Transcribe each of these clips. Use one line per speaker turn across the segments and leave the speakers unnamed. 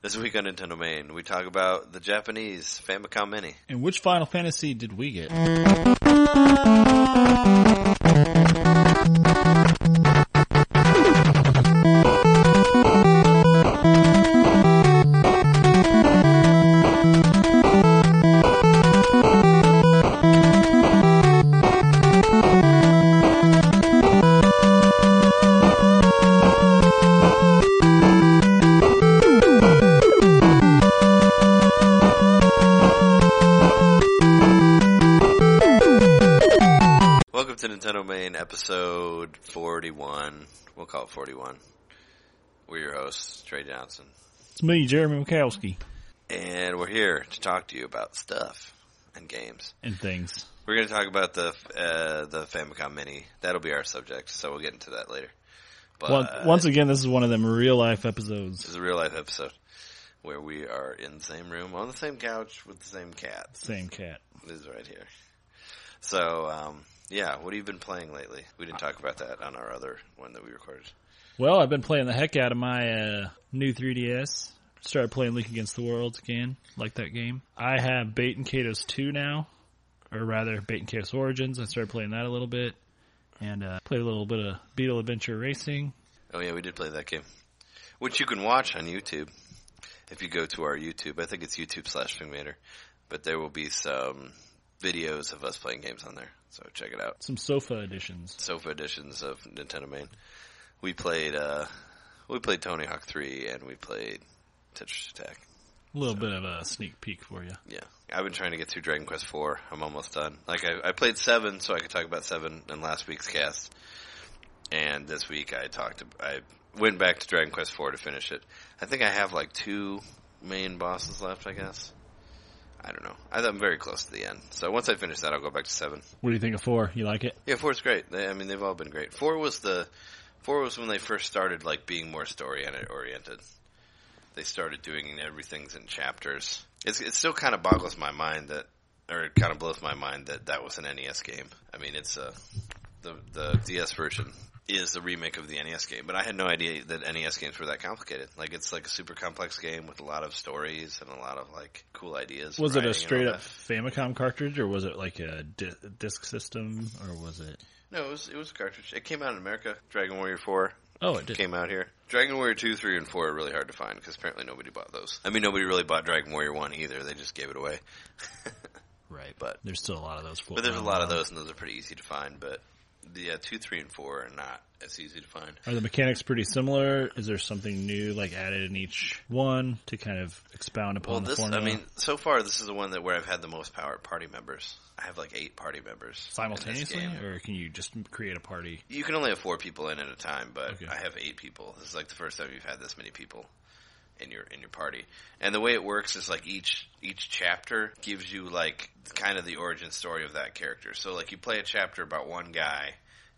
This week on Nintendo Main, we talk about the Japanese Famicom Mini.
And which Final Fantasy did we get?
Welcome to Nintendo Main, episode 41. We'll call it 41. We're your hosts, Trey Johnson.
It's me, Jeremy Mikowski,
And we're here to talk to you about stuff and games.
and things.
We're going to talk about the uh, the Famicom Mini. That'll be our subject, so we'll get into that later. But
Once, once again, this is one of them real life episodes.
this is a real life episode where we are in the same room, on the same couch, with the same cats.
Same cat.
This is right here. So, um, yeah, what have you been playing lately? We didn't talk about that on our other one that we recorded.
Well, I've been playing the heck out of my uh, new 3DS. Started playing Link Against the World again, like that game. I have Bait and Kato's 2 now, or rather, Bait and Kato's Origins. I started playing that a little bit, and uh, played a little bit of Beetle Adventure Racing.
Oh yeah, we did play that game, which you can watch on YouTube if you go to our YouTube. I think it's YouTube slash Fingmater, but there will be some videos of us playing games on there. So check it out.
Some sofa editions.
Sofa editions of Nintendo Main. We played uh, we played Tony Hawk Three and we played Tetris Attack.
A little bit of a sneak peek for you.
Yeah, I've been trying to get through Dragon Quest Four. I'm almost done. Like I, I played seven, so I could talk about seven in last week's cast. And this week I talked. ab- I went back to Dragon Quest Four to finish it. I think I have like two main bosses left. I guess. I don't know. I, I'm very close to the end. So once I finish that, I'll go back to seven.
What do you think of 4? You like it?
Yeah, four's great. They, I mean, they've all been great. Four was the four was when they first started like being more story oriented. They started doing everything's in chapters. It's, it still kind of boggles my mind that, or it kind of blows my mind that that was an NES game. I mean, it's a the the DS version is the remake of the NES game, but I had no idea that NES games were that complicated. Like, it's like a super complex game with a lot of stories and a lot of like cool ideas. and
Was
writing
it a
and all
straight
that.
up Famicom cartridge, or was it like a di- disc system, or was it?
No, it was it was a cartridge. It came out in America. Dragon Warrior Four.
Oh, it did.
came out here. Dragon Warrior 2, 3, and 4 are really hard to find because apparently nobody bought those. I mean, nobody really bought Dragon Warrior 1 either. They just gave it away.
Right,
but-
there's still a lot of those.
But there's a lot of those, and those are pretty easy to find. But the uh, 2, 3, and 4 are not as easy to find.
Are the mechanics pretty similar? Is there something new, like added in each one to kind of expound upon
Well,
the
this, I
formula?
mean, so far, this is the one that where I've had the most power party members. I have like eight party members. in this
simultaneously,
game.
or can you just create a party?
You can only have four people in at a time, but
Okay.
I have eight people. This is like the first time you've had this many people in your in your party. And the way it works is like each each chapter gives you like kind of the origin story of that character. So like you play a chapter about one guy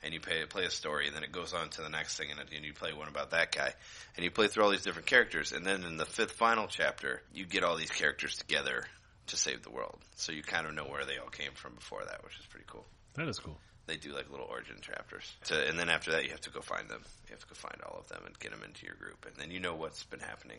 and you play, play a story and then it goes on to the next thing and, it- and you play one about that guy and you play through all these different characters and then in the fifth final chapter you get all these characters together to save the world. So you kind of know where they all came from before that, which is pretty cool
That is cool.
they do like little origin chapters. To, and then after that, you have to go find them. You have to go find all of them and get them into your group, and then you know what's been happening.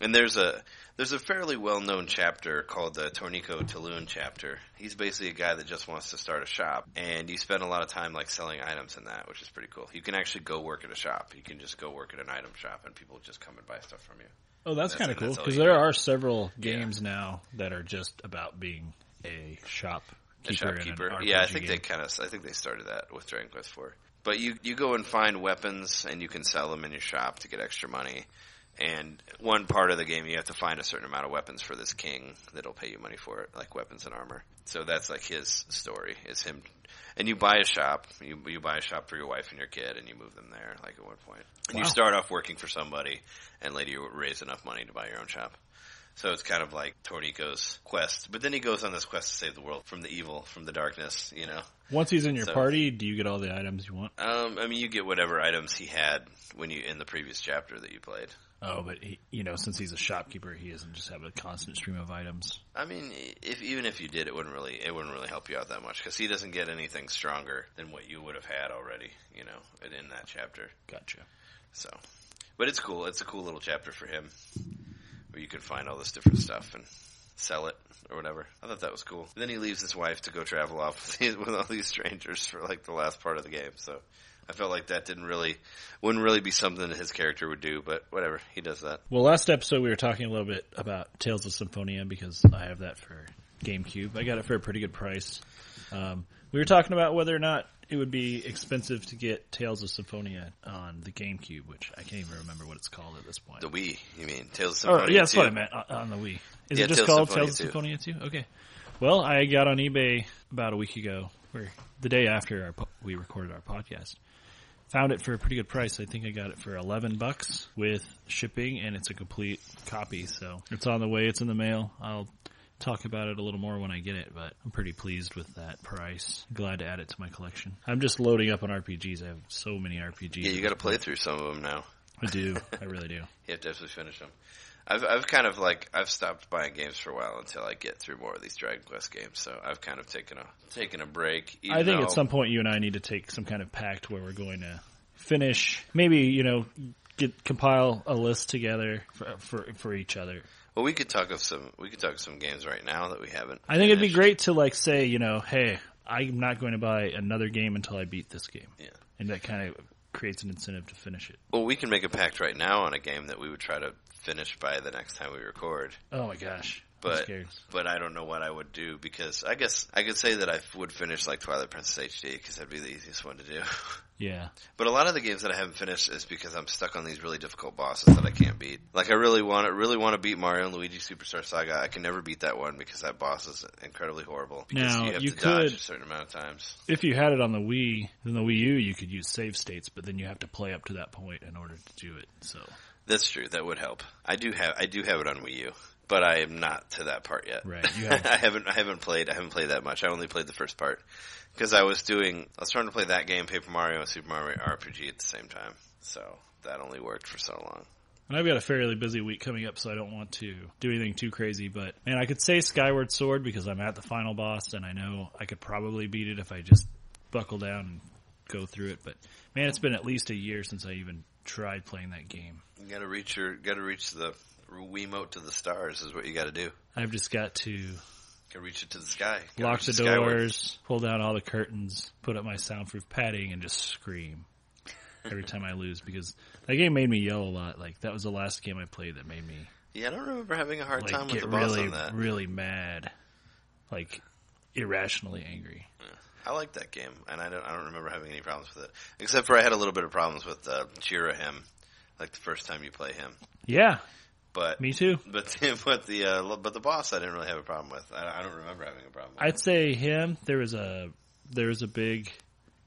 And there's a there's a fairly well known chapter called the Tornico Taloon chapter. He's basically a guy that just wants to start a shop, and you spend a lot of time like selling items in that, which is pretty cool. You can actually go work at a shop. You can just go work at an item shop, and people just come and buy stuff from you.
Oh, that's,
That's-
kind of cool
that's all
because
you
there
need.
are several games now that are just about being a shopkeeper.
the shopkeeper. Yeah, I think they kind of. I think they started that with Dragon Quest Four. But you you go and find weapons, and you can sell them in your shop to get extra money. And one part of the game, you have to find a certain amount of weapons for this king that'll pay you money for it, like weapons and armor. So that's like his story. It's him, and you buy a shop. You you buy a shop for your wife and your kid, and you move them there. Like at one point, and you
Wow.
start off working for somebody, and later you raise enough money to buy your own shop. So it's kind of like Tornico's quest, but then he goes on this quest to save the world from the evil, from the darkness. You know,
Once he's in your
So-
party, do you get all the items you want?
um, I mean, you get whatever items he had when you in the previous chapter that you played.
Oh, but he, you know, since he's a shopkeeper, he doesn't just have a constant stream of items.
I mean, if even if you did, it wouldn't really it wouldn't really help you out that much because he doesn't get anything stronger than what you would have had already. You know, in that chapter.
Gotcha.
So, but it's cool. It's a cool little chapter for him. where you could find all this different stuff and sell it or whatever. I thought that was cool. And then he leaves his wife to go travel off with, these, with all these strangers for like the last part of the game. So I felt like that didn't really wouldn't really be something that his character would do, but whatever, he does that.
Well, last episode we were talking a little bit about Tales of Symphonia because I have that for GameCube. I got it for a pretty good price. Um, we were talking about whether or not it would be expensive to get Tales of Symphonia on the GameCube, which I can't even remember what it's called at this point.
The Wii, you mean Tales of
Or,
Symphonia?
Oh, yeah, that's what
2.
I meant on- Uh, on the Wii. Is
Yeah,
it just
Tales of
called
Symphonia
Tales of Symphonia 2? Okay. Well, I got on eBay about a week ago, or the day after our, po- we recorded our podcast. Found it for a pretty good price. I think I got it for 11 bucks with shipping and it's a complete copy. So it's on the way. It's in the mail. I'll talk about it a little more when I get it, but I'm pretty pleased with that price. Glad to add it to my collection. I'm just loading up on RPGs. I have so many RPGs.
Yeah, you got to play through some of them now.
I do. I really do.
You have to actually finish them. I've I've kind of like I've stopped buying games for a while until I get through more of these Dragon Quest games. So I've kind of taken a taken a break. even
I think
though-
at some point you and I need to take some kind of pact where we're going to finish. Maybe you know, get compile a list together for for, for each other.
Well, we could talk of some we could talk of some games right now that we haven't.
I think it'd be
finished.
great to like say, you know, hey, I'm not going to buy another game until I beat this game,
Yeah.
and that kind of creates an incentive to finish it.
Well, we can make a pact right now on a game that we would try to finish by the next time we record.
Oh my gosh, I'm
But
scared.
but I don't know what I would do because I guess I could say that I would finish like Twilight Princess HD because that'd be the easiest one to do.
yeah,
But a lot of the games that I haven't finished is because I'm stuck on these really difficult bosses that I can't beat. Like I really want to really want to beat Mario and Luigi Superstar Saga. I can never beat that one because that boss is incredibly horrible. Because
Now,
you have
you
to dodge
could-
a certain amount of times.
if you had it on the Wii, then the Wii U, you could use save states, but then you have to play up to that point in order to do it. So
That's true. That would help. I do have I do have it on Wii U, but I am not to that part yet.
Right, you haven't-
I haven't I haven't played I haven't played that much. I only played the first part because I was doing I was trying to play that game Paper Mario and Super Mario RPG at the same time. So that only worked for so long.
And I've got a fairly busy week coming up, so I don't want to do anything too crazy. But man, I could say Skyward Sword because I'm at the final boss, and I know I could probably beat it if I just buckle down and go through it. But man, it's been at least a year since I even tried playing that game.
You got to reach your got to reach the Wiimote to the stars is what you got to do.
I've just got to
Got to reach it to the sky. Gotta
lock
reach
the
skyward.
doors, pull down all the curtains, put up my soundproof padding, and just scream every time I lose because that game made me yell a lot. Like that was the last game I played that made me
Yeah, I don't remember having a hard time
like
with
get
the boss
really
on that.
really mad, like irrationally angry.
I like that game, and I don't I don't remember having any problems with it, except for I had a little bit of problems with uh, Chira him, like the first time you play him.
Yeah,
But
me too.
but the, but the uh, but the boss I didn't really have a problem with. I, I don't remember having a problem. with
I'd say him. There was a there was a big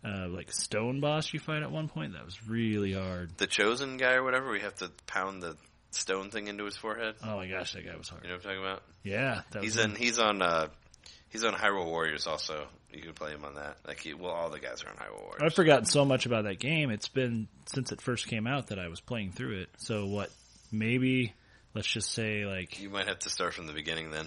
uh, like stone boss you fight at one point that was really hard.
The chosen guy or whatever, we have to pound the stone thing into his forehead.
Oh my gosh, that guy was
You
hard.
know what I'm talking about?
Yeah, that
He's
was
in. He's on. Uh, he's on Hyrule Warriors. Also, you can play him on that. Like, he, well, all the guys are on Hyrule Warriors.
I've forgotten so much about that game. It's been since it first came out that I was playing through it. So what? Maybe let's just say like
You might have to start from the beginning then.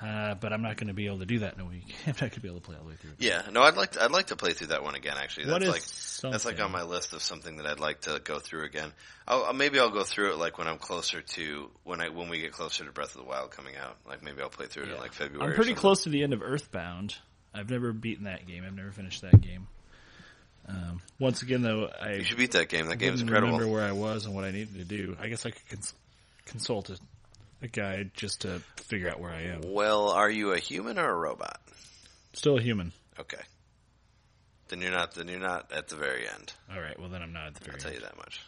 uh, but I'm not going to be able to do that in a week. I'm not going to be able to play all the way through. it.
Yeah, no, I'd like to, I'd like to play through that one again. Actually, that's
What is
like that's like
something-
on my list of something that I'd like to go through again. I'll, I'll- maybe I'll go through it like when I'm closer to when I when we get closer to Breath of the Wild coming out. Like maybe I'll play through it in
Yeah.
like February.
I'm
or
pretty
something.
close to the end of Earthbound. I've never beaten that game. I've never finished that game. Um, once again, though, I
You should beat that game. That game's
didn't
incredible.
remember where I was and what I needed to do. I guess I could cons- consult a, a guide just to figure out where I am.
Well, are you a human or a robot?
Still a human.
Okay. Then you're not. Then you're not at the very end.
All right. Well, then I'm not at the
I'll tell
very
you that much.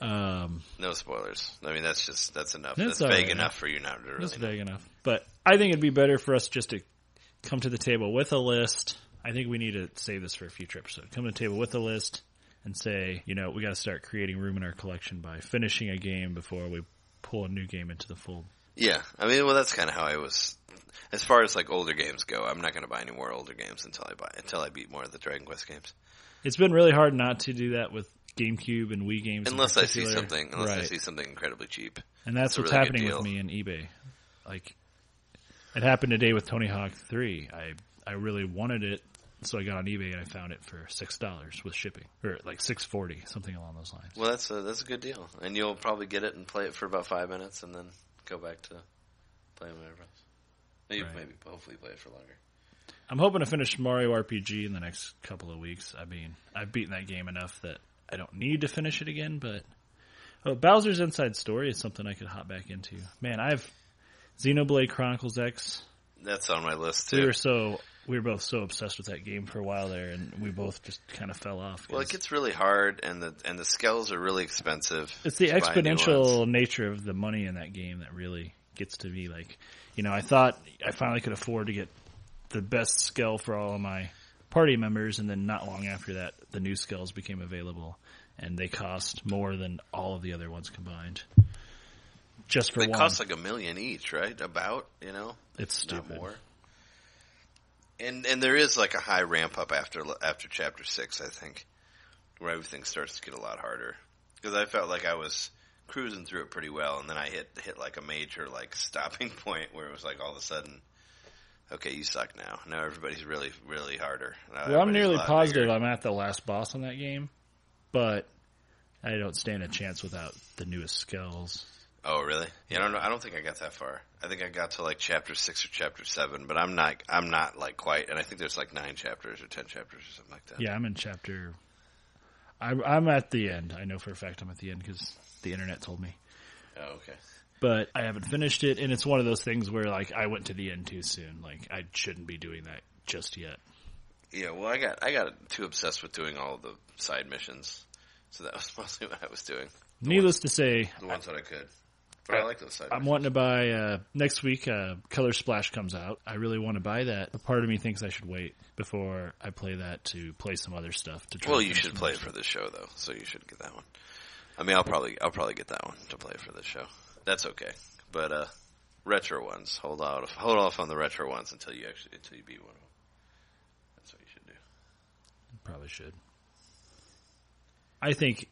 end. Um,
No spoilers. I mean, that's just that's enough.
That's
That's,
all
vague
right.
enough for you not to really.
That's
know.
vague enough. But I think it'd be better for us just to come to the table with a list. I think we need to save this for a future episode. Come to the table with a list and say, you know, we got to start creating room in our collection by finishing a game before we pull a new game into the fold.
Yeah, I mean, well, that's kind of how I was. As far as like older games go, I'm not going to buy any more older games until I buy until I beat more of the Dragon Quest games.
It's been really hard not to do that with GameCube and Wii games. in
Unless I see
particular.
something, unless I
Right.
see something incredibly cheap.
And that's
It's a
what's
really good
happening with
deal.
me in eBay. Like it happened today with Tony Hawk 3. I I really wanted it So I got on eBay and I found it for six dollars with shipping, or like six forty, something along those lines.
Well, that's a that's a good deal, and you'll probably get it and play it for about five minutes, and then go back to playing whatever else. Maybe,
Right.
maybe hopefully play it for longer.
I'm hoping to finish Mario RPG in the next couple of weeks. I mean, I've beaten that game enough that I don't need to finish it again, but oh, Bowser's Inside Story is something I could hop back into. Man, I've Xenoblade Chronicles X.
That's on my list
We
too.
were so we were both so obsessed with that game for a while there, and we both just kind of fell off.
Well, it
'cause
gets really hard, and the and the skulls are really expensive.
it's the
to buy new ones.
exponential nature of the money in that game that really gets to me. Like, you know, I thought I finally could afford to get the best skill for all of my party members, and then not long after that, the new skills became available, and they cost more than all of the other ones combined. Just for
They
one,
cost like a million each, right? About you know,
it's
not
stupid.
more. And and there is like a high ramp up after after chapter six, I think, where everything starts to get a lot harder. Because I felt like I was cruising through it pretty well, and then I hit hit like a major like stopping point where it was like all of a sudden, okay, you suck now. Now everybody's really really harder. Now
Well, I'm
everybody's a
nearly
lot
positive
bigger.
I'm at the last boss on that game, but I don't stand a chance without the newest skills.
Oh really? Yeah, I don't know. I don't think I got that far. I think I got to like chapter six or chapter seven, but I'm not. I'm not like quite. And I think there's like nine chapters or ten chapters or something like that.
Yeah, I'm in chapter. I'm I'm at the end. I know for a fact I'm at the end because the internet told me.
Oh, okay.
But I haven't finished it, and it's one of those things where like I went to the end too soon. Like I shouldn't be doing that just yet.
Yeah, well, I got I got too obsessed with doing all the side missions, so that was mostly what I was doing.
Needless to say,
The ones that I could. But I like those side.
I'm
missions.
wanting to buy uh, next week. Uh, Color Splash comes out. I really want to buy that. But part of me thinks I should wait before I play that to play some other stuff. To try
Well,
and
you
finish
should
some
play
other
it for the show though, so you should get that one. I mean, I'll probably I'll probably get that one to play for the show. That's okay, but uh, retro ones. Hold out, hold off on the retro ones until you actually until you beat one of them. That's what you should do.
Probably should. I think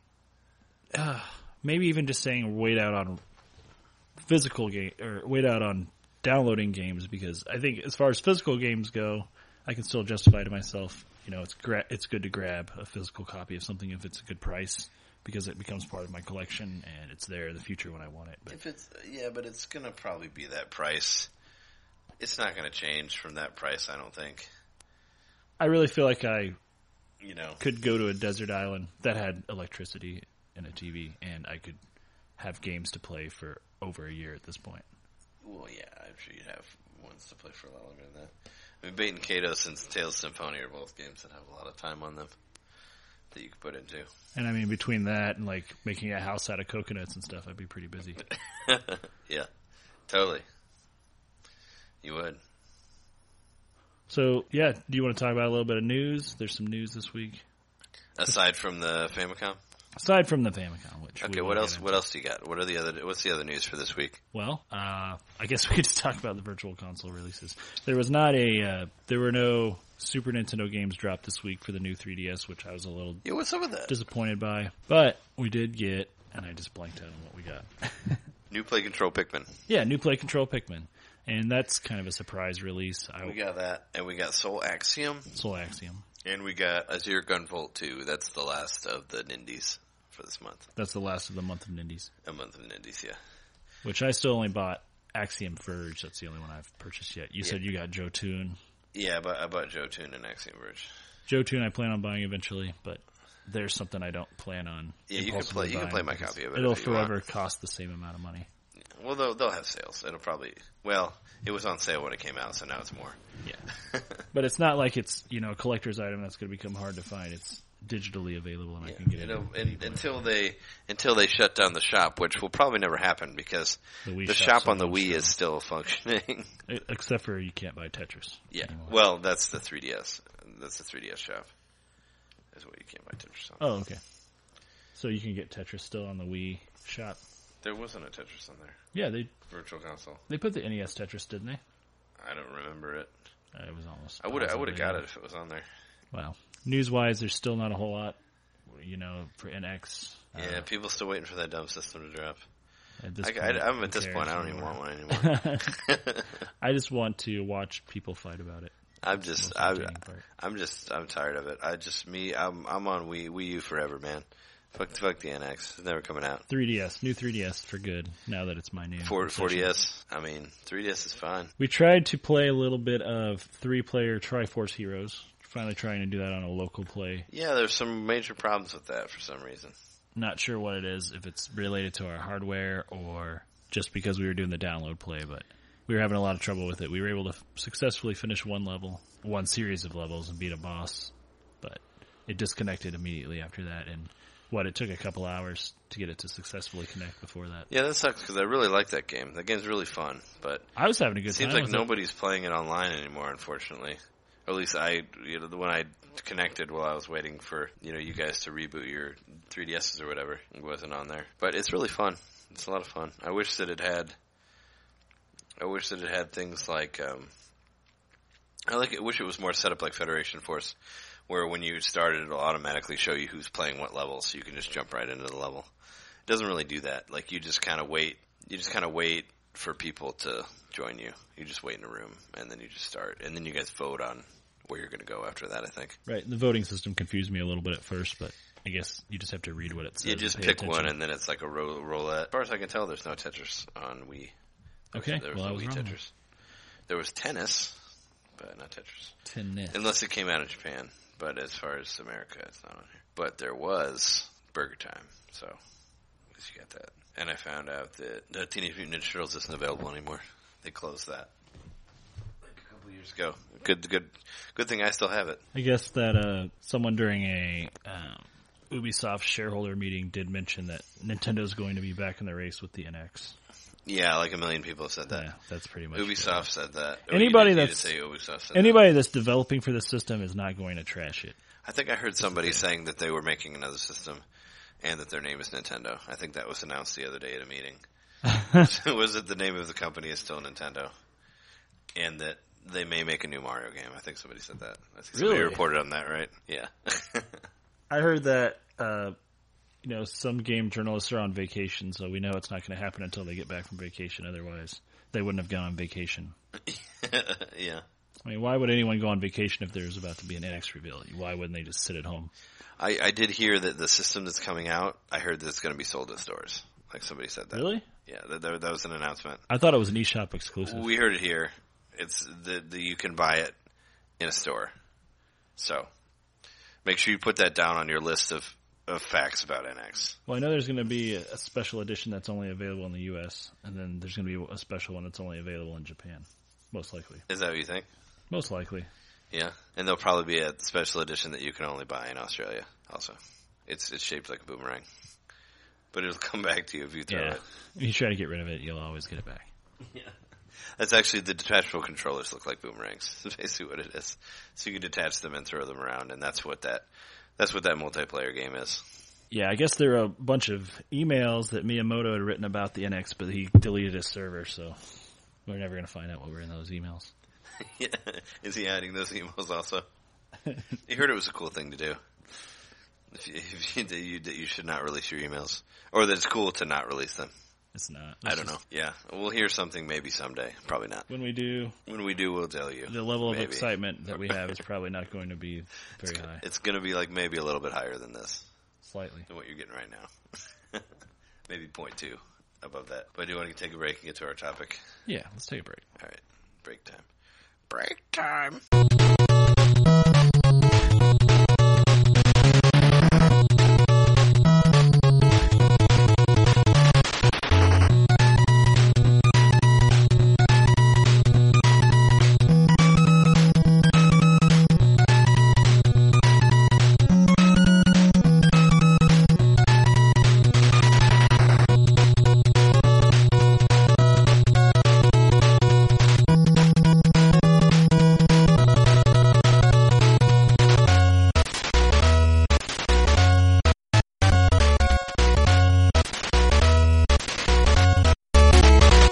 uh, maybe even just saying wait out on physical game or wait out on downloading games because I think as far as physical games go, I can still justify to myself, you know, it's gra- it's good to grab a physical copy of something if it's a good price because it becomes part of my collection and it's there in the future when I want it. But
If it's yeah, but it's gonna probably be that price. It's not gonna change from that price, I don't think.
I really feel like I
You know,
could go to a desert island that had electricity and a TV and I could have games to play for over a year at this point.
Well, yeah, I'm sure you'd have ones to play for a lot longer than that. I mean, Bait and Kato and Tales of Symphony are both games that have a lot of time on them that you could put into.
And I mean, between that and like making a house out of coconuts and stuff, I'd be pretty busy.
Yeah, totally. You would.
So, yeah, do you want to talk about a little bit of news? There's some news this week.
Aside from the Famicom,
Aside from the Famicom, which. we
okay.
will
What
get
else?
into.
What else do you got? What are the other? What's the other news for this week?
Well, uh, I guess we could just talk about the Virtual Console releases. There was not a. Uh, there were no Super Nintendo games dropped this week for the new 3DS, which I was a little
Yeah, what's up with that?
disappointed by. But we did get, and I just blanked out on what we got.
New play control Pikmin.
yeah, new play control Pikmin. And that's kind of a surprise release. I
We got that, and we got Soul Axiom,
Soul Axiom.
and we got Azir Gunvolt too. That's the last of the Nindies for this month.
That's the last of the month of Nindies.
A month of Nindies, yeah.
which I still only bought Axiom Verge. That's the only one I've purchased yet. You said you got Jotun.
Yeah, but I bought Jotun and Axiom Verge.
Jotun I plan on buying eventually, but there's something I don't plan on.
Yeah, you can
impulsively
play- you can
buying
play my
because
copy of it
It'll
if you want.
forever cost the same amount of money.
Well, they'll, they'll have sales. It'll probably. Well, it was on sale when it came out, so now it's more.
Yeah, but it's not like it's you know a collector's item that's going to become hard to find. It's digitally available, and I can get it.
It'll,
at any
and,
point.
until they until they shut down the shop, which will probably never happen because
The
the,
Wii shop's
shop on the
almost
Wii is still functioning.
E-, except for you can't buy Tetris.
yeah.
anymore.
Well, that's the 3DS. That's the 3DS shop. Is what you can't buy Tetris on.
Oh, okay. So you can get Tetris still on the Wii shop.
There wasn't a Tetris on there.
Yeah, they
Virtual console.
they put the NES Tetris, didn't they?
I don't remember it.
I was almost.
I would I would have
positive.
got it if it was on there.
Well, news wise, there's still not a whole lot, you know, for NX. uh,
Yeah, people still waiting for that dumb system to drop.
at this
I,
point,
I, am
who
at this
cares
point. I don't even
anymore?
want one anymore.
I just want to watch people fight about it.
I'm just,
Most
I'm,
entertaining part.
I'm just, I'm tired of it. I just, me, I'm, I'm on Wii, Wii U forever, man. Fuck, fuck the NX. It's never coming out.
3DS, new 3DS for good. Now that it's my new
Four,
obsession.
4DS. I mean, 3DS is fine.
We tried to play a little bit of three-player Triforce Heroes. Finally, trying to do that on a local play.
Yeah, there's some major problems with that for some reason.
Not sure what it is, if it's related to our hardware or just because we were doing the download play, but we were having a lot of trouble with it. We were able to f- successfully finish one level, one series of levels, and beat a boss, but it disconnected immediately after that. And what it took a couple hours to get it to successfully connect before that.
Yeah, that sucks because I really like that game. That game's really fun, but
I was having a good
it seems
time.
like
with it.
nobody's playing it online anymore, unfortunately. Or at least I, you know, the one I connected while I was waiting for, you know, you guys to reboot your 3DSs or whatever, it wasn't on there. But it's really fun. It's a lot of fun. I wish that it had, I wish that it had things like, um, I like. I wish it was more set up like Federation Force, where when you start it, it'll automatically show you who's playing what level, so you can just jump right into the level. It doesn't really do that. Like you just kind of wait. You just kind of wait for people to join you. You just wait in a room, and then you just start, and then you guys vote on where you're going to go after that. I think
Right. The voting system confused me a little bit at first, but I guess you just have to read what it says.
you just
and pay
pick
attention.
one, and then it's like a ro- roulette. As far as I can tell, there's no Tetris on Wii.
Okay.
There was
Well, I
no
was
Wii
wrong.
Tetris. There was tennis, but not Tetris.
Tennis.
Unless it came out in Japan, but as far as America, it's not on here. But there was Burger Time, so at least you got that. And I found out that the Teenage Mutant Ninja Turtles isn't available anymore. They closed that like a couple years ago. Good, good, good thing I still have it.
I guess that uh, someone during a um, Ubisoft shareholder meeting did mention that Nintendo's going to be back in the race with the NX.
Yeah, like a million people have said that.
Yeah, that's pretty much it.
Ubisoft uh, said that. Oh,
Anybody
you didn't need
that's-
to say Ubisoft said that.
Anybody that's developing for the system is not going to trash it.
I think I heard somebody saying that they were making another system and that their name is Nintendo. I think that was announced the other day at a meeting. was it the name of the company is still Nintendo? And that they may make a new Mario game. I think somebody said that. I think somebody
Really?
reported on that, right? Yeah.
I heard that uh, you know some game journalists are on vacation, so we know it's not going to happen until they get back from vacation. Otherwise, they wouldn't have gone on vacation.
yeah.
I mean, why would anyone go on vacation if there's about to be an NX reveal? Why wouldn't they just sit at home?
I, I did hear that the system that's coming out, I heard that it's going to be sold at stores. Like somebody said that.
Really?
Yeah, that, that, that was an announcement.
I thought it was an eShop exclusive.
We heard it here. It's the, the you can buy it in a store. So make sure you put that down on your list of, of facts about NX.
Well, I know there's going to be a a special edition that's only available in the U.S., and then there's going to be a special one that's only available in Japan, most likely.
Is that what you think?
Most likely.
Yeah, and there'll probably be a special edition that you can only buy in Australia. Also, it's it's shaped like a boomerang, but it'll come back to you if you throw it.
You try to get rid of it, you'll always get it back.
That's actually the detachable controllers look like boomerangs. That's basically what it is. So you can detach them and throw them around, and that's what that that's what that multiplayer game is.
Yeah, I guess there are a bunch of emails that Miyamoto had written about the NX, but he deleted his server, so we're never going to find out what were in those emails.
Yeah. Is he adding those emails also? he heard it was a cool thing to do. If you, if you, that you, that you should not release your emails, or that it's cool to not release them.
It's not.
I don't know. Yeah, we'll hear something maybe someday. Probably not.
When we do,
When we do, we'll tell you.
the level of
Maybe.
excitement that we have is probably not going to be very high.
It's going to be like maybe a little bit higher than this,
Slightly.
than what you're getting right now. maybe point two above that. But I do want to take a break and get to our topic.
Yeah, let's take a break.
All right, break time. Break time.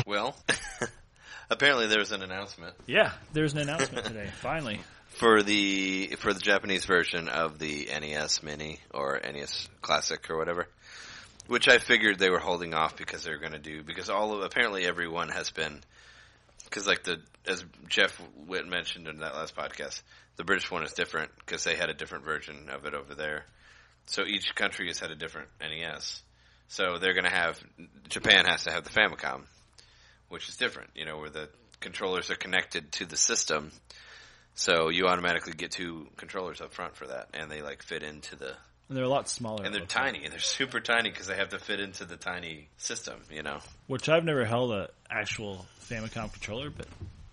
Well, apparently there was an announcement
Yeah, there's an announcement today, finally.
for the for the Japanese version of the NES Mini or NES Classic or whatever, which I figured they were holding off because they were going to do because all of apparently everyone has been because like the as Jeff Witt mentioned in that last podcast, the British one is different because they had a different version of it over there. So each country has had a different NES. So they're going to have Japan has to have the Famicom, which is different. You know where the controllers are connected to the system, so you automatically get two controllers up front for that, and they like fit into the
And they're a lot smaller.
and
it
they're
looks like.
tiny and they're super tiny because they have to fit into the tiny system. You know,
Which I've never held a actual Famicom controller, but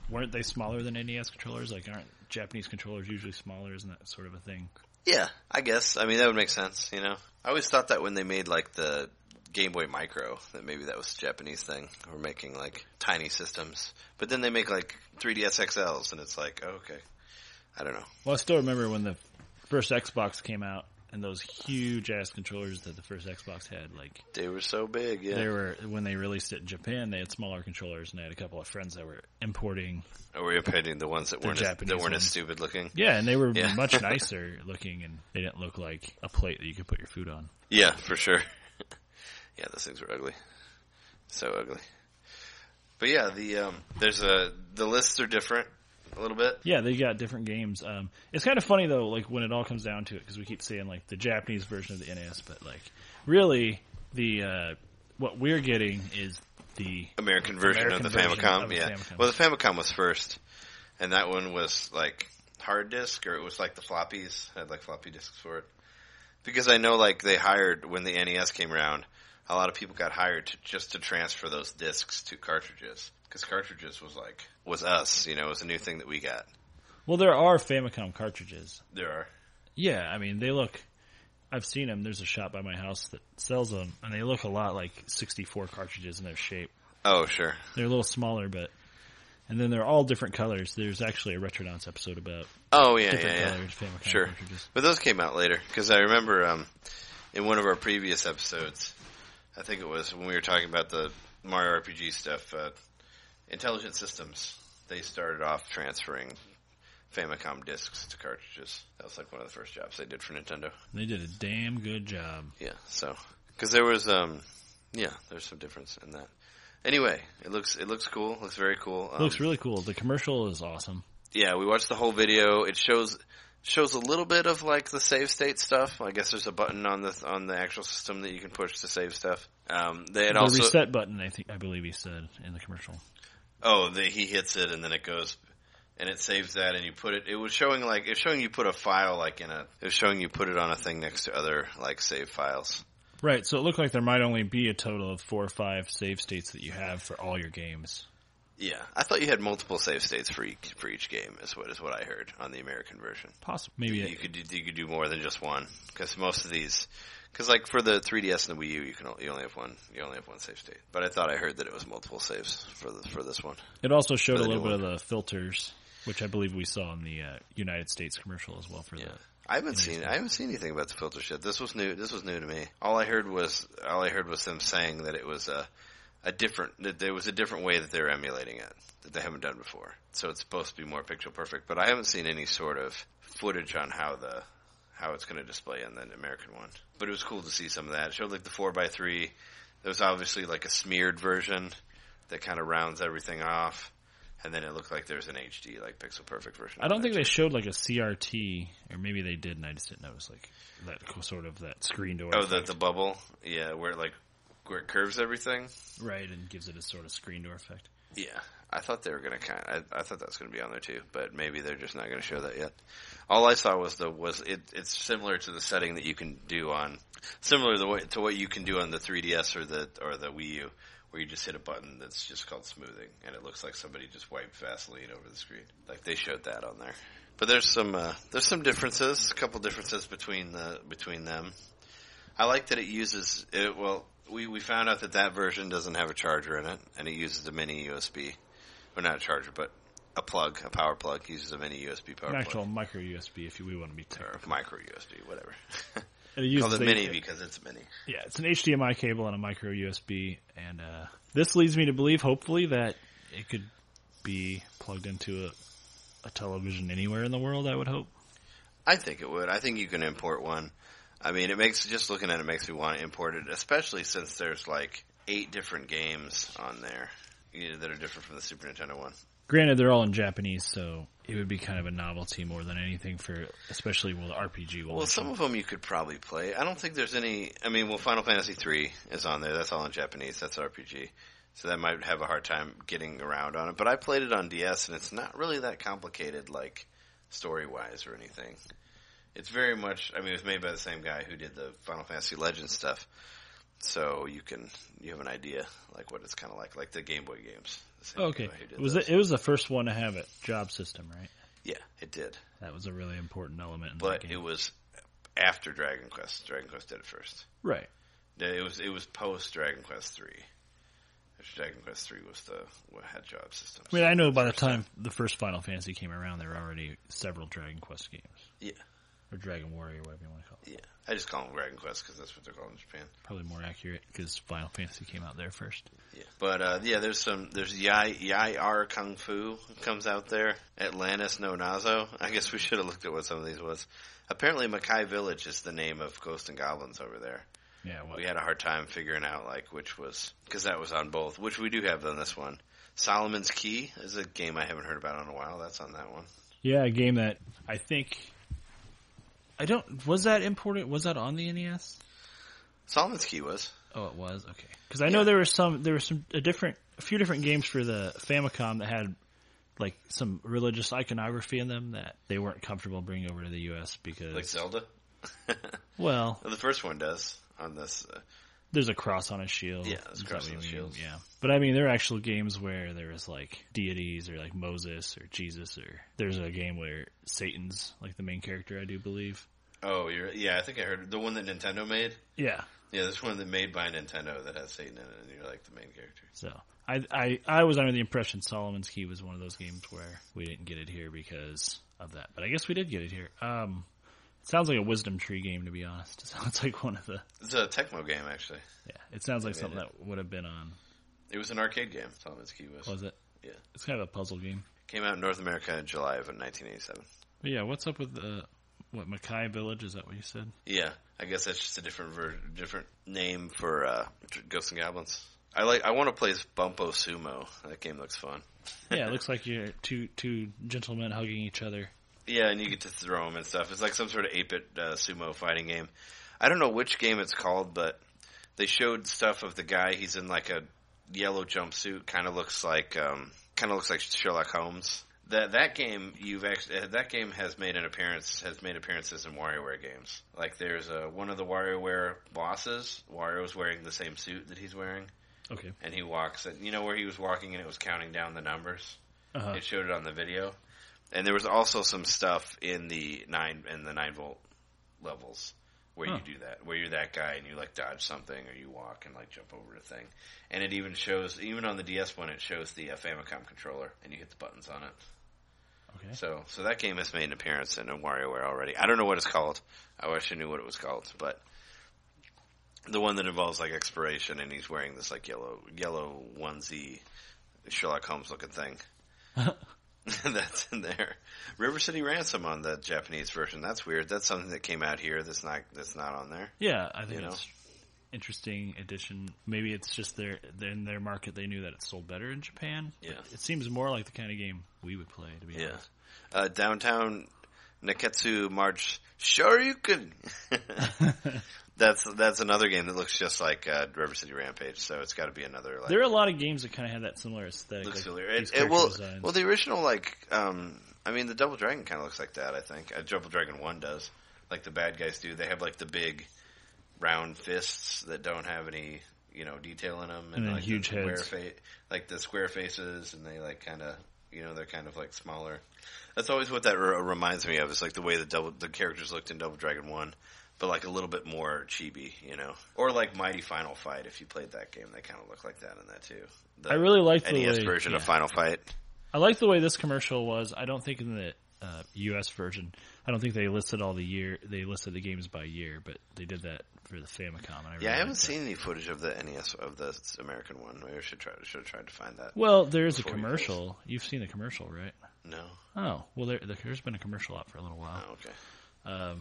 weren't they smaller than NES controllers? Like, aren't Japanese controllers usually smaller? Isn't that sort of a thing?
Yeah, I guess. I mean, that would make sense. You know, I always thought that when they made like the Game Boy Micro, that maybe that was a Japanese thing. We're making like tiny systems, but then they make like 3DS XLs, and it's like, oh, okay, I don't know.
Well, I still remember when the first Xbox came out and those huge ass controllers that the first Xbox had. Like,
They were so big, yeah.
they were when they released it in Japan, they had smaller controllers, and I had a couple of friends that were importing.
Or were you painting the ones that weren't as, that
Japanese
weren't as
ones.
stupid looking?
Yeah, and they were
Yeah.
much nicer looking, and they didn't look like a plate that you could put your food on.
Yeah, for sure. yeah, those things were ugly, so ugly. But yeah, the um, there's a the lists are different a little bit.
Yeah, they got different games. Um, it's kind of funny though, like when it all comes down to it, because we keep saying like the Japanese version of the NES, but like really the uh, what we're getting is the
American version
American
of the
version
Famicom.
of the
yeah.
Famicom.
Well, the Famicom was first, and that one was like hard disk, or it was like the floppies. I had like floppy disks for it. Because I know, like they hired when the NES came around, a lot of people got hired to, just to transfer those discs to cartridges. Because cartridges was like was us, you know, it was a new thing that we got.
well, there are Famicom cartridges.
There are
Yeah, I mean they look. I've seen them. There's a shop by my house that sells them, and they look a lot like 64 cartridges in their shape.
oh sure,
They're a little smaller, but and then they're all different colors. There's actually a Retronauts episode about
oh yeah,
different
yeah, yeah.
colors Famicom
Sure.
cartridges.
But those came out later because I remember um, in one of our previous episodes, I think it was when we were talking about the Mario RPG stuff. Uh, Intelligent Systems they started off transferring Famicom discs to cartridges. That was like one of the first jobs they did for Nintendo.
They did a damn good job.
Yeah, so because there was um, yeah, there's some difference in that. Anyway, it looks it looks cool. Looks very cool. Um,
looks really cool. The commercial is awesome.
yeah, we watched the whole video. It shows shows a little bit of like the save state stuff. I guess there's a button on the on the actual system that you can push to save stuff. Um, they had
the
also
reset button, I think, I believe he said in the commercial.
oh the, he hits it and then it goes and it saves that and you put it. It was showing like it was showing you put a file like in a it was showing you put it on a thing next to other like save files.
Right. So it looked like there might only be a total of four or five save states that you have for all your games.
Yeah, I thought you had multiple save states for each, for each game. Is what is what I heard on the American version.
Possible. Maybe
you
it,
could do, you could do more than just one because most of these because like for the 3ds and the Wii U you can o- you only have one you only have one save state. But I thought I heard that it was multiple saves for the, for this one.
it also showed a
Another
little
new
bit of the filters, which I believe we saw in the uh, United States commercial as well for that.
I haven't seen I haven't seen anything about the filter shit. This was new. This was new to me. All I heard was all I heard was them saying that it was a a different that there was a different way that they're emulating it that they haven't done before. So it's supposed to be more picture perfect. But I haven't seen any sort of footage on how the how it's going to display in the American one. But it was cool to see some of that. It showed like the four by three. There was obviously like a smeared version that kind of rounds everything off. And then it looked like there's an HD, like pixel perfect version.
I
of
don't
that.
think they showed like a CRT, or maybe they did, and I just didn't notice like that co- sort of that screen door.
Oh, the
effect.
the bubble, yeah, where it like where it curves everything.
right, and gives it a sort of screen door effect.
Yeah, I thought they were gonna kind. I, I thought that was gonna be on there too, but maybe they're just not gonna show that yet. All I saw was the was it. It's similar to the setting that you can do on similar to what, to what you can do on the 3ds or the or the Wii U, where you just hit a button that's just called smoothing, and it looks like somebody just wiped Vaseline over the screen. Like they showed that on there. But there's some uh, there's some differences, a couple differences between the between them. I like that it uses it. Well, we we found out that that version doesn't have a charger in it, and it uses a mini USB, or not a charger, but a plug, a power plug. Uses a mini USB power
An
plug
actual micro USB, if you, we want to be clear.
or micro USB, whatever.
And it uses
Called it
the-
mini because it's mini.
Yeah, it's an HDMI cable and a micro USB, and uh, this leads me to believe, hopefully, that it could be plugged into a, a television anywhere in the world. I would hope.
I think it would. I think you can import one. I mean, it makes just looking at it makes me want to import it, especially since there's like eight different games on there. you know, that are different from the Super Nintendo one.
Granted, they're all in Japanese, so it would be kind of a novelty more than anything for, especially with RPG.
Well, some of them you could probably play. I don't think there's any. I mean, well, Final Fantasy three is on there. That's all in Japanese. That's RPG, so that might have a hard time getting around on it. But I played it on DS, and it's not really that complicated, like story wise or anything. It's very much. I mean, it was made by the same guy who did the Final Fantasy Legends stuff, so you can you have an idea like what it's kind of like, like the Game Boy games. the same
Oh, okay,
guy who did
it was
those.
it, it was the first one to have a job system, right?
Yeah, it did.
That was a really important element in that
but
game.
it was after Dragon Quest. Dragon Quest did it first.
right.
No, It was it was post Dragon Quest three. Which Dragon Quest three was the what had job systems.
I mean, I know by the time the first Final Fantasy came around, there were already several Dragon Quest games.
Yeah.
Or Dragon Warrior, whatever you want to call it.
yeah, I just call them Dragon Quest because that's what they're called in Japan.
Probably more accurate because Final Fantasy came out there first.
Yeah, but uh, yeah, there's some there's Yai Yai R Kung Fu comes out there. Atlantis no Nazo. I guess we should have looked at what some of these was. Apparently, Makai Village is the name of Ghost and Goblins over there.
Yeah, what?
We had a hard time figuring out like which was because that was on both, which we do have on this one. Solomon's Key is a game I haven't heard about in a while. That's on that one.
Yeah, a game that I think I don't was that imported. Was that on the NES?
Solomon's Key was.
Oh, it was okay. Because I know there were some there were some a different a few different games for the Famicom that had like some religious iconography in them that they weren't comfortable bringing over to the U.S. because
Like Zelda?
well,
Well, Oh, the first one does on this. Uh,
there's a cross on his shield.
Yeah, there's a
Is that
cross
what
on
you
his
mean?
shield.
Yeah, but I mean there are actual games where there is like deities or like Moses or Jesus or there's a game where Satan's like the main character I do believe.
oh, you're, yeah, I think I heard the one that Nintendo made.
Yeah,
Yeah, there's one that made by Nintendo that has Satan in it, and you're like the main character.
So I, I I was under the impression Solomon's Key was one of those games where we didn't get it here because of that, but I guess we did get it here. Um, it sounds like a wisdom tree game to be honest. It sounds like one of the
It's a Tecmo game actually.
yeah. It sounds like something that would have been on.
It was an arcade game. Solomon's Key was.
Was it?
Yeah,
It's kind of a puzzle game.
came out in North America in July of 1987.
But yeah, what's up with the what Mackay Village? Is that what you said?
Yeah, I guess that's just a different ver- different name for uh, Ghosts and Goblins. I like. I want to play as Bumpo Sumo. That game looks fun.
Yeah, it looks like you're two two gentlemen hugging each other.
Yeah, and you get to throw them and stuff. It's like some sort of 8 bit uh, sumo fighting game. I don't know which game it's called, but they showed stuff of the guy. He's in like a yellow jumpsuit. Kind of looks like um, kind of looks like Sherlock Holmes. That that game you've actually uh, that game has made an appearance has made appearances in WarioWare games. Like there's uh, one of the WarioWare bosses. Wario's wearing the same suit that he's wearing,
Okay.
and he walks. And you know where he was walking, and it was counting down the numbers
Uh-huh.
it showed it on the video, and there was also some stuff in the nine in the nine volt levels where
Huh.
you do that, where you're that guy and you like dodge something or you walk and like jump over a thing, and it even shows even on the DS one it shows the uh, Famicom controller and you hit the buttons on it.
Okay.
So so that game has made an appearance in a WarioWare already. I don't know what it's called. I wish I knew what it was called, but. The one that involves like exploration, and he's wearing this like yellow yellow onesie, Sherlock Holmes looking thing. that's in there. River City Ransom on the Japanese version. That's weird. That's something that came out here. That's not. That's not on there.
Yeah, I think
You
it's interesting addition. Maybe it's just their in their market they knew that it sold better in Japan. but
Yeah.
it seems more like the kind of game we would play. To be
Yeah.
honest,
Uh, downtown Niketsu March Shoryuken. that's that's another game that looks just like uh, River City Rampage. So it's got to be another like
there are a lot of games that kind of have that similar aesthetic.
looks
like
familiar.
these
It, it,
character
well,
designs.
well, the original like um, I mean, the Double Dragon kind of looks like that. I think uh, Double Dragon One does. Like the bad guys do. They have like the big round fists that don't have any you know detail in them,
And then
like
huge
the square
heads.
fa- like the square faces, and they like kind of you know they're kind of like smaller. That's always what that re- reminds me of. Is like the way the double the characters looked in Double Dragon One. But like a little bit more chibi, you know, or like Mighty Final Fight. If you played that game, they kind of look like that in that too. The
I really like the
NES
way,
version of
yeah.
Final Fight.
I like the way this commercial was. I don't think in the uh, U.S. version, I don't think they listed all the year. They listed the games by year, but they did that for the Famicom. And I really
Yeah, I haven't
liked that.
seen any footage of the NES of the American one. Maybe I should try. Should have tried to find that.
Well, there is a
Before we
commercial. You've seen the commercial, right?
No.
Oh, well, there, there's been a commercial out for a little while.
Oh, okay.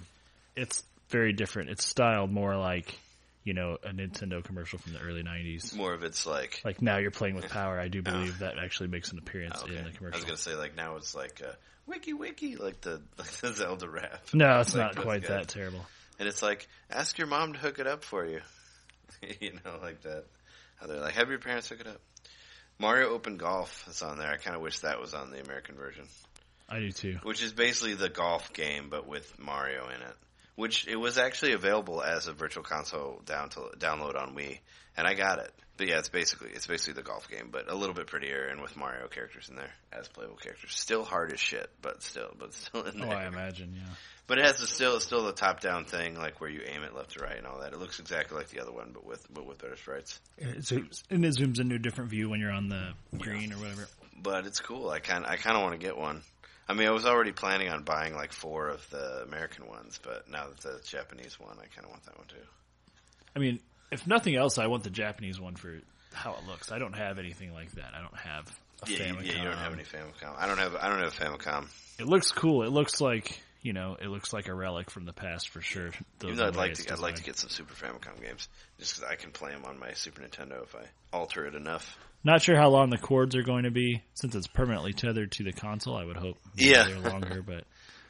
it's very different. It's styled more like you know, a Nintendo commercial from the early '90s.
More of it's like,
Like now you're playing with power. I do believe that actually makes an appearance
Oh. okay.
in the
I was
commercial.
gonna say like now it's like uh, wiki wiki like the like the Zelda rap.
No, it's
Like,
not quite
yeah.
that terrible.
And it's like ask your mom to hook it up for you, you know, like that. How they're like have your parents hook it up. Mario Open Golf is on there. I kind of wish that was on the American version,
I do too.
which is basically the golf game but with Mario in it. Which it was actually available as a virtual console down to, download on Wii, and I got it. But yeah, it's basically it's basically the golf game, but a little bit prettier and with Mario characters in there as playable characters. Still hard as shit, but still, but still in
Oh,
there.
I imagine. Yeah.
But it has the still it's still the top down thing, like where you aim it left to right and all that. It looks exactly like the other one, but with but with better sprites.
It zooms, and it zooms into a different view when you're on the green or whatever.
But it's cool. I kind I kind of want to get one. I mean, I was already planning on buying like four of the American ones, but now that the Japanese one, I kind of want that one too.
I mean, if nothing else, I want the Japanese one for how it looks. I don't have anything like that. I don't have a
Yeah, you,
Famicom.
yeah, you don't have any Famicom. I don't have I don't have Famicom.
It looks cool. It looks like you know, it looks like a relic from the past for sure. The
Even though I'd
way
like
it's
to I'd like to
designed.
get some Super Famicom games, just 'cause I can play them on my Super Nintendo if I alter it enough.
Not sure how long the cords are going to be since it's permanently tethered to the console. I would hope. maybe
Yeah.
they're longer, but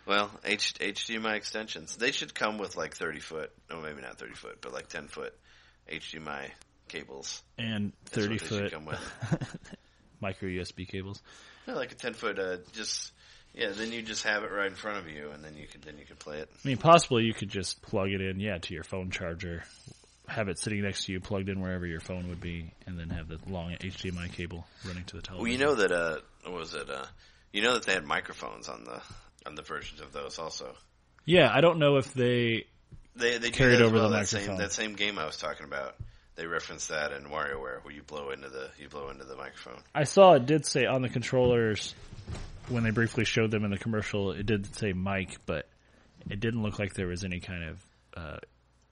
Well, H- HDMI extensions. They should come with like 30 foot, oh, maybe not 30 foot, but like 10 foot HDMI cables.
and
That's
thirty
what they should
foot
come with.
micro USB cables.
No, like a 10 foot, uh, just, yeah, then you just have it right in front of you and then you could, then you could play it.
I mean, possibly you could just plug it in, yeah, to your phone charger, have it sitting next to you, plugged in wherever your phone would be, and then have the long HDMI cable running to the television.
Well, you know that, uh, what was it, uh, you know that they had microphones on the, on the versions of those also.
yeah, I don't know if they.
They, they do
Carried
that as
over the
well, that same,
microphone.
that same game I was talking about. They referenced that in WarioWare where you blow into the, you blow into the microphone.
I saw it did say on the controllers when they briefly showed them in the commercial. It did say mic, but it didn't look like there was any kind of uh,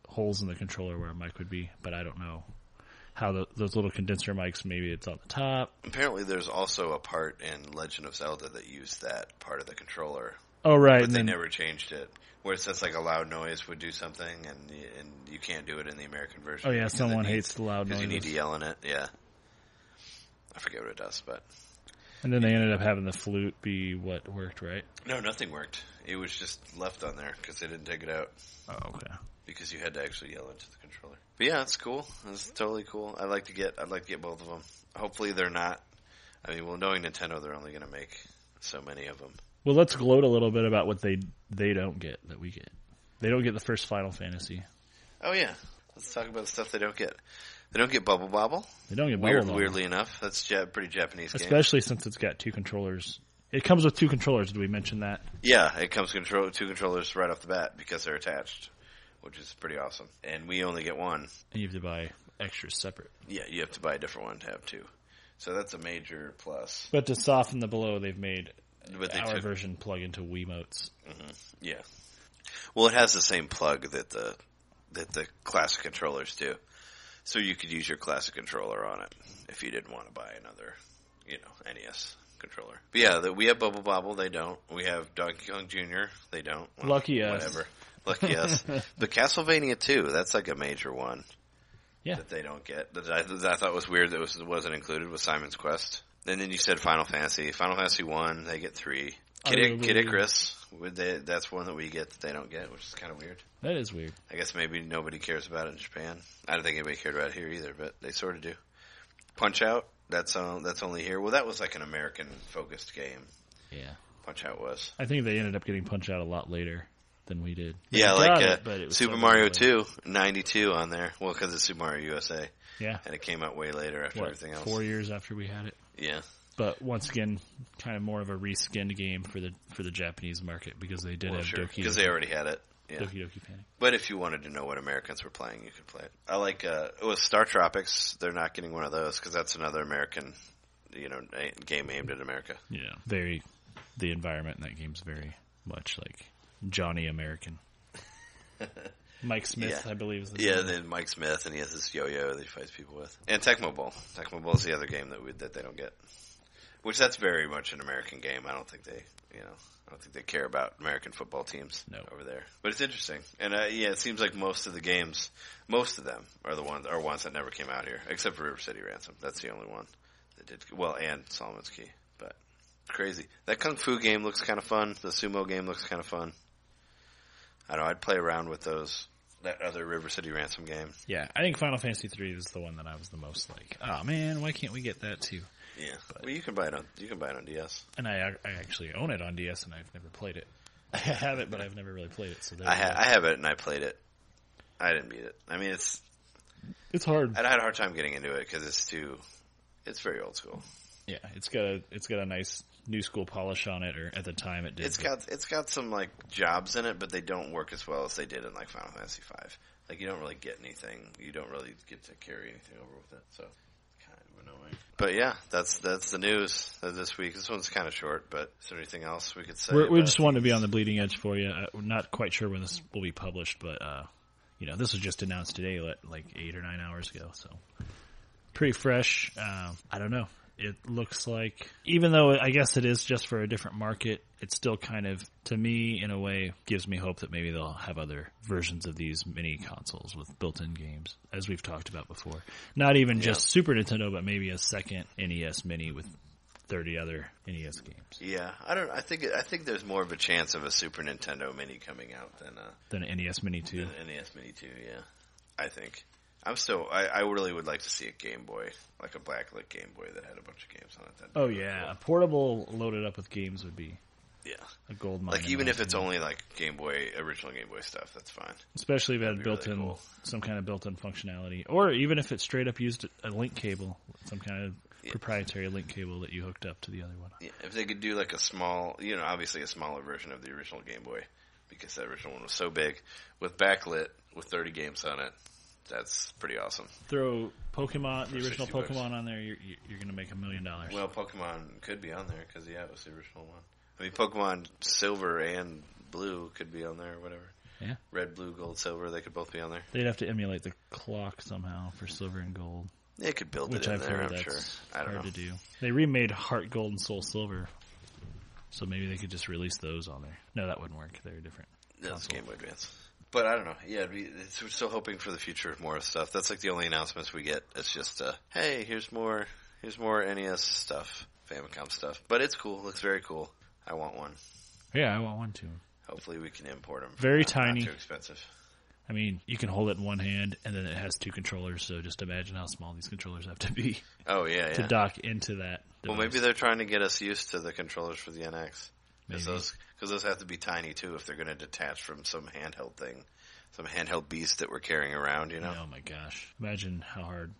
holes in the controller where a mic would be. But I don't know how tho- those little condenser mics. Maybe it's on the top.
Apparently, there's also a part in Legend of Zelda that used that part of the controller,
Oh right,
but
and
they
then
never changed it. Where it says like a loud noise would do something, and y- and you can't do it in the American version.
oh yeah,
because it
someone
needs-
hates the loud
because you need to
noises.
yell in it. Yeah, I forget what it does, but
And then they ended up having the flute be what worked, right?
no, nothing worked. It was just left on there because they didn't take it out
Oh okay.
because you had to actually yell into the controller. But yeah, it's cool. It's totally cool. I'd like to get. I'd like to get both of them. Hopefully, they're not. I mean, well, knowing Nintendo, they're only going to make so many of them.
Well, let's gloat a little bit about what they they don't get that we get. They don't get the first Final Fantasy.
Oh yeah, let's talk about the stuff they don't get. They don't get Bubble Bobble.
They don't get
Weird,
Bubble Bobble,
weirdly enough, that's ja- pretty Japanese game.
especially since it's got two controllers. It comes with two controllers. Did we mention that?
Yeah, it comes control two controllers right off the bat because they're attached, which is pretty awesome. And we only get one.
And you have to buy extras separate.
Yeah, you have to buy a different one to have two. So that's a major plus.
But to soften the below, they've made
But they
our
took,
version plug into Wiimotes.
yeah. Well, it has the same plug that the that the classic controllers do, so you could use your classic controller on it if you didn't want to buy another, you know, NES controller. But yeah, the, we have Bubble Bobble. They don't. We have Donkey Kong Jr. They don't. Well,
Lucky us.
whatever. Lucky us. The Castlevania 2, that's like a major one
Yeah.
that they don't get. That I, that I thought was weird that was, wasn't included was Simon's Quest. And then you said Final Fantasy. Final Fantasy 1, they get 3. Kid,
Arguably-
Kid Icarus, would they, that's one that we get that they don't get, which is kind of weird.
That is weird.
I guess maybe nobody cares about it in Japan. I don't think anybody cared about it here either, but they sort of do. Punch Out, that's, on, that's only here. Well, that was like an American focused game.
Yeah.
Punch Out was.
I think they ended up getting Punch Out a lot later than we did. They
Yeah,
got
like uh,
it, but it was
Super
so
Mario
much later.
2, 92 on there. Well, because it's Super Mario USA,
Yeah.
and it came out way later after
What,
everything else.
four years after we had it.
Yeah,
but once again, kind of more of a reskinned game for the for the Japanese market because they did
well,
have
sure,
Doki,
because they already had it. Yeah,
Doki Doki Panic.
but if you wanted to know what Americans were playing, you could play it. I like uh, it was Star Tropics. They're not getting one of those because that's another American, you know, a- game aimed at America.
Yeah, very the environment in that game's very much like Johnny American. Mike Smith,
Yeah.
I believe, is the
Yeah, then Mike Smith, and he has this yo-yo that he fights people with, and Tecmo Bowl. Tecmo Bowl is the other game that we, that they don't get. which that's very much an American game. I don't think they, you know, I don't think they care about American football teams
No.
over there. But it's interesting, and uh, yeah, it seems like most of the games, most of them are the ones are ones that never came out here, except for River City Ransom. That's the only one that did well, and Solomon's Key, but. Crazy. That kung fu game looks kind of fun. The sumo game looks kind of fun. I don't know. I'd play around with those. That other River City Ransom game.
Yeah, I think Final Fantasy three is the one that I was the most like. Oh man, why can't we get that too?
Yeah. well, you can buy it on you can buy it on DS.
And I, I actually own it on DS, and I've never played it. I have it, but I've never really played it. So there
I,
you go.
ha- I have it and I played it. I didn't beat it. I mean, it's
it's hard.
I had a hard time getting into it because it's too. It's very old school.
Yeah, it's got a it's got a nice new school polish on it, or at the time it did.
It's got it's got some like jobs in it, but they don't work as well as they did in like Final Fantasy V. Like you don't really get anything. You don't really get to carry anything over with it. So kind of annoying. But yeah, that's that's the news of this week. This one's kind of short, but is there anything else we could say?
We're, we
about-
just wanted to be on the bleeding edge for you. Uh, We're not quite sure when this will be published, but uh, you know, this was just announced today, like- like eight or nine hours ago. So pretty fresh. Um, I don't know. It looks like, even though I guess it is just for a different market, it still kind of, to me, in a way, gives me hope that maybe they'll have other versions of these mini consoles with built-in games, as we've talked about before. Not even just Super Nintendo, but maybe a second NES Mini with 30 other NES games
Yeah, I don't. I think I think there's more of a chance of a Super Nintendo Mini coming out than uh, a
than an NES Mini 2.
than NES E Mini two. Yeah, I think. I'm still. I, I really would like to see a Game Boy, like a blacklit Game Boy that had a bunch of games on it. That'd be
Oh
really
yeah, a portable loaded up with games would be
cool. yeah.
a gold mine.
Like even
in
if
my
it's
opinion.
only like Game Boy original Game Boy stuff, that's fine.
especially if it had
be really
built in
cool.
some kind of built in functionality, or even if it straight up used a link cable, some kind of
Yeah.
proprietary link cable that you hooked up to the other one.
Yeah, if they could do like a small, you know, obviously a smaller version of the original Game Boy, because that original one was so big, with backlit with 30 games on it, that's pretty awesome.
Throw Pokemon, the original
60 bucks.
Pokemon, on there, you're, you're- you're going to make a million dollars.
Well, Pokemon could be on there because yeah, it was the original one. I mean, Pokemon Silver and Blue could be on there, or whatever.
Yeah.
Red, blue, gold, silver, they could both be on there.
They'd have to emulate the clock somehow for silver and gold,
They could build
which
it in
I've
there,
heard
I'm
that's
sure. I don't
hard
know.
to do. They remade Heart Gold and Soul Silver, so maybe they could just release those on there. No, that wouldn't work. They're different.
That's
console.
Game Boy Advance. But I don't know. Yeah, it'd be, it's, we're still hoping for the future of more stuff. That's like the only announcements we get. It's just, uh, hey, here's more, here's more NES stuff, Famicom stuff. But it's cool. Looks very cool. I want one.
Yeah, I want one too.
Hopefully we can import them.
Very tiny.
Not too expensive.
I mean, you can hold it in one hand, and then it has two controllers. So just imagine how small these controllers have to be
Oh yeah,
to
yeah.
dock into that.
Well,
device.
maybe they're trying to get us used to the controllers for the NX.
Maybe.
Because those, 'cause those have to be tiny too if they're going to detach from some handheld thing, some handheld beast that we're carrying around. You know,
Oh my gosh! Imagine how hard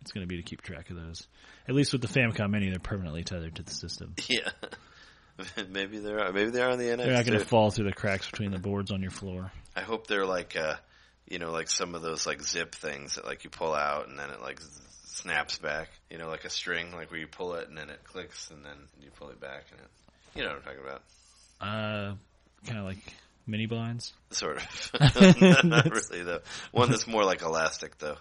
it's going to be to keep track of those. At least with the Famicom Mini, they're permanently tethered to the system.
yeah. maybe they're maybe they're on the NX.
They're not going
too.
to fall through the cracks between the boards on your floor.
I hope they're like, uh, you know, like some of those like zip things that like you pull out and then it like z- snaps back. You know, like a string, like where you pull it and then it clicks and then you pull it back and it. You know what I'm talking about?
Uh, kind of like mini blinds.
Sort of. Not really though. One that's more like elastic though.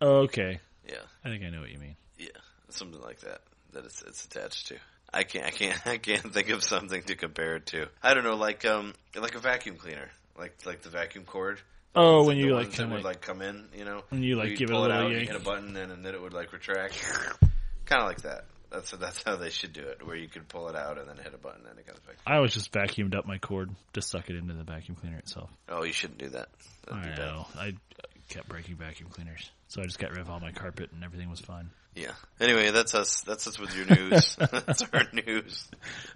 Oh, okay,
Yeah,
I think I know what you mean.
yeah, something like that that it's it's attached to. I can't, I can't, I can't think of something to compare it to. I don't know, like um, like a vacuum cleaner, like like the vacuum cord.
Oh, when
the
you
ones
like
that
kind
would
of like
like come in, you know,
When you, like,
You'd
give it a
pull
little
out, you
yank.
hit a button, and, and then it would like retract, kind of like that. That's that's how they should do it, where you could pull it out and then hit a button and it comes back.
I always just vacuumed up my cord to suck it into the vacuum cleaner itself.
Oh, you shouldn't do that. That'd
I
be bad.
know. I kept breaking vacuum cleaners, so I just got rid of all my carpet, and everything was fine.
Yeah. Anyway, that's us. That's us with your news. that's our news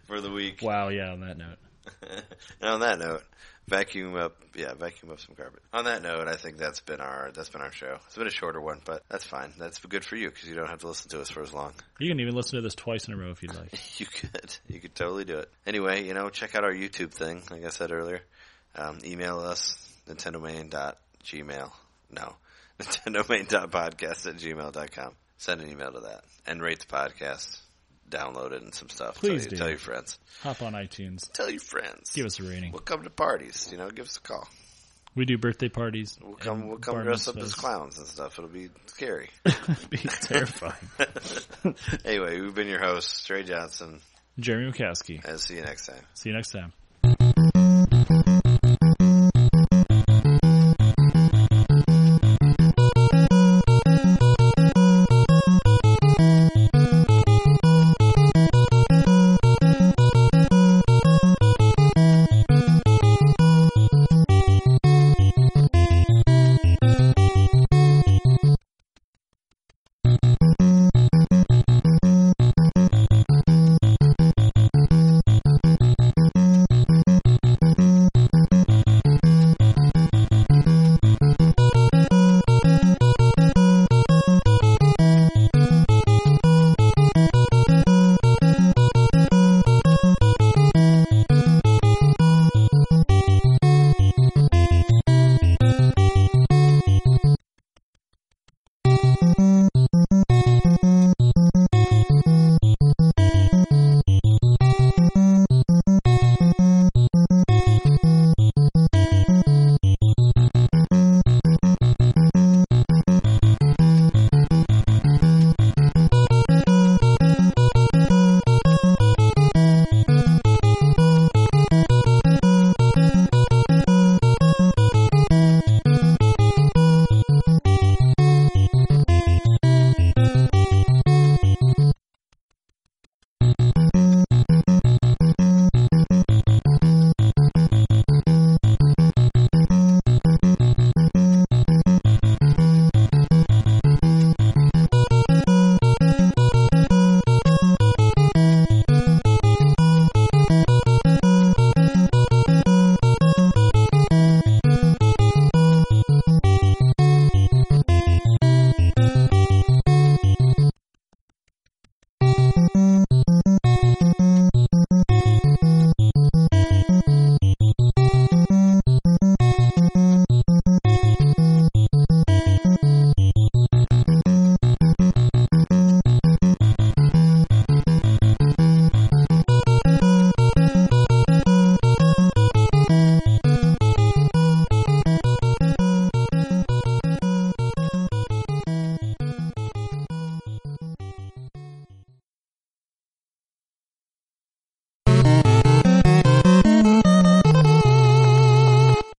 for the week.
Wow. Yeah. On that note,
and on that note, vacuum up, yeah, vacuum up some carpet. On that note, I think that's been our that's been our show. It's been a shorter one, but that's fine. That's good for you because you don't have to listen to us for as long.
you can even listen to this twice in a row if you'd like.
You could, you could totally do it. Anyway, you know, check out our YouTube thing. Like I said earlier, um, email us nintendomain.gmail. No, nintendomain.podcast at gmail.com. Send an email to that and rate the podcast. Download it and some stuff. tell,
Please
you-
do.
tell your friends.
Hop on iTunes,
Tell your friends.
give us a rating.
We'll come to parties. You know, give us a call.
We do birthday parties.
We'll come,
and
we'll come
bar
dressed up
mitzvahs.
as clowns and stuff. It'll be scary.
It'd be terrifying.
anyway, we've been your hosts, Trey Johnson,
Jeremy McCaskey.
and see you next time.
See you next time.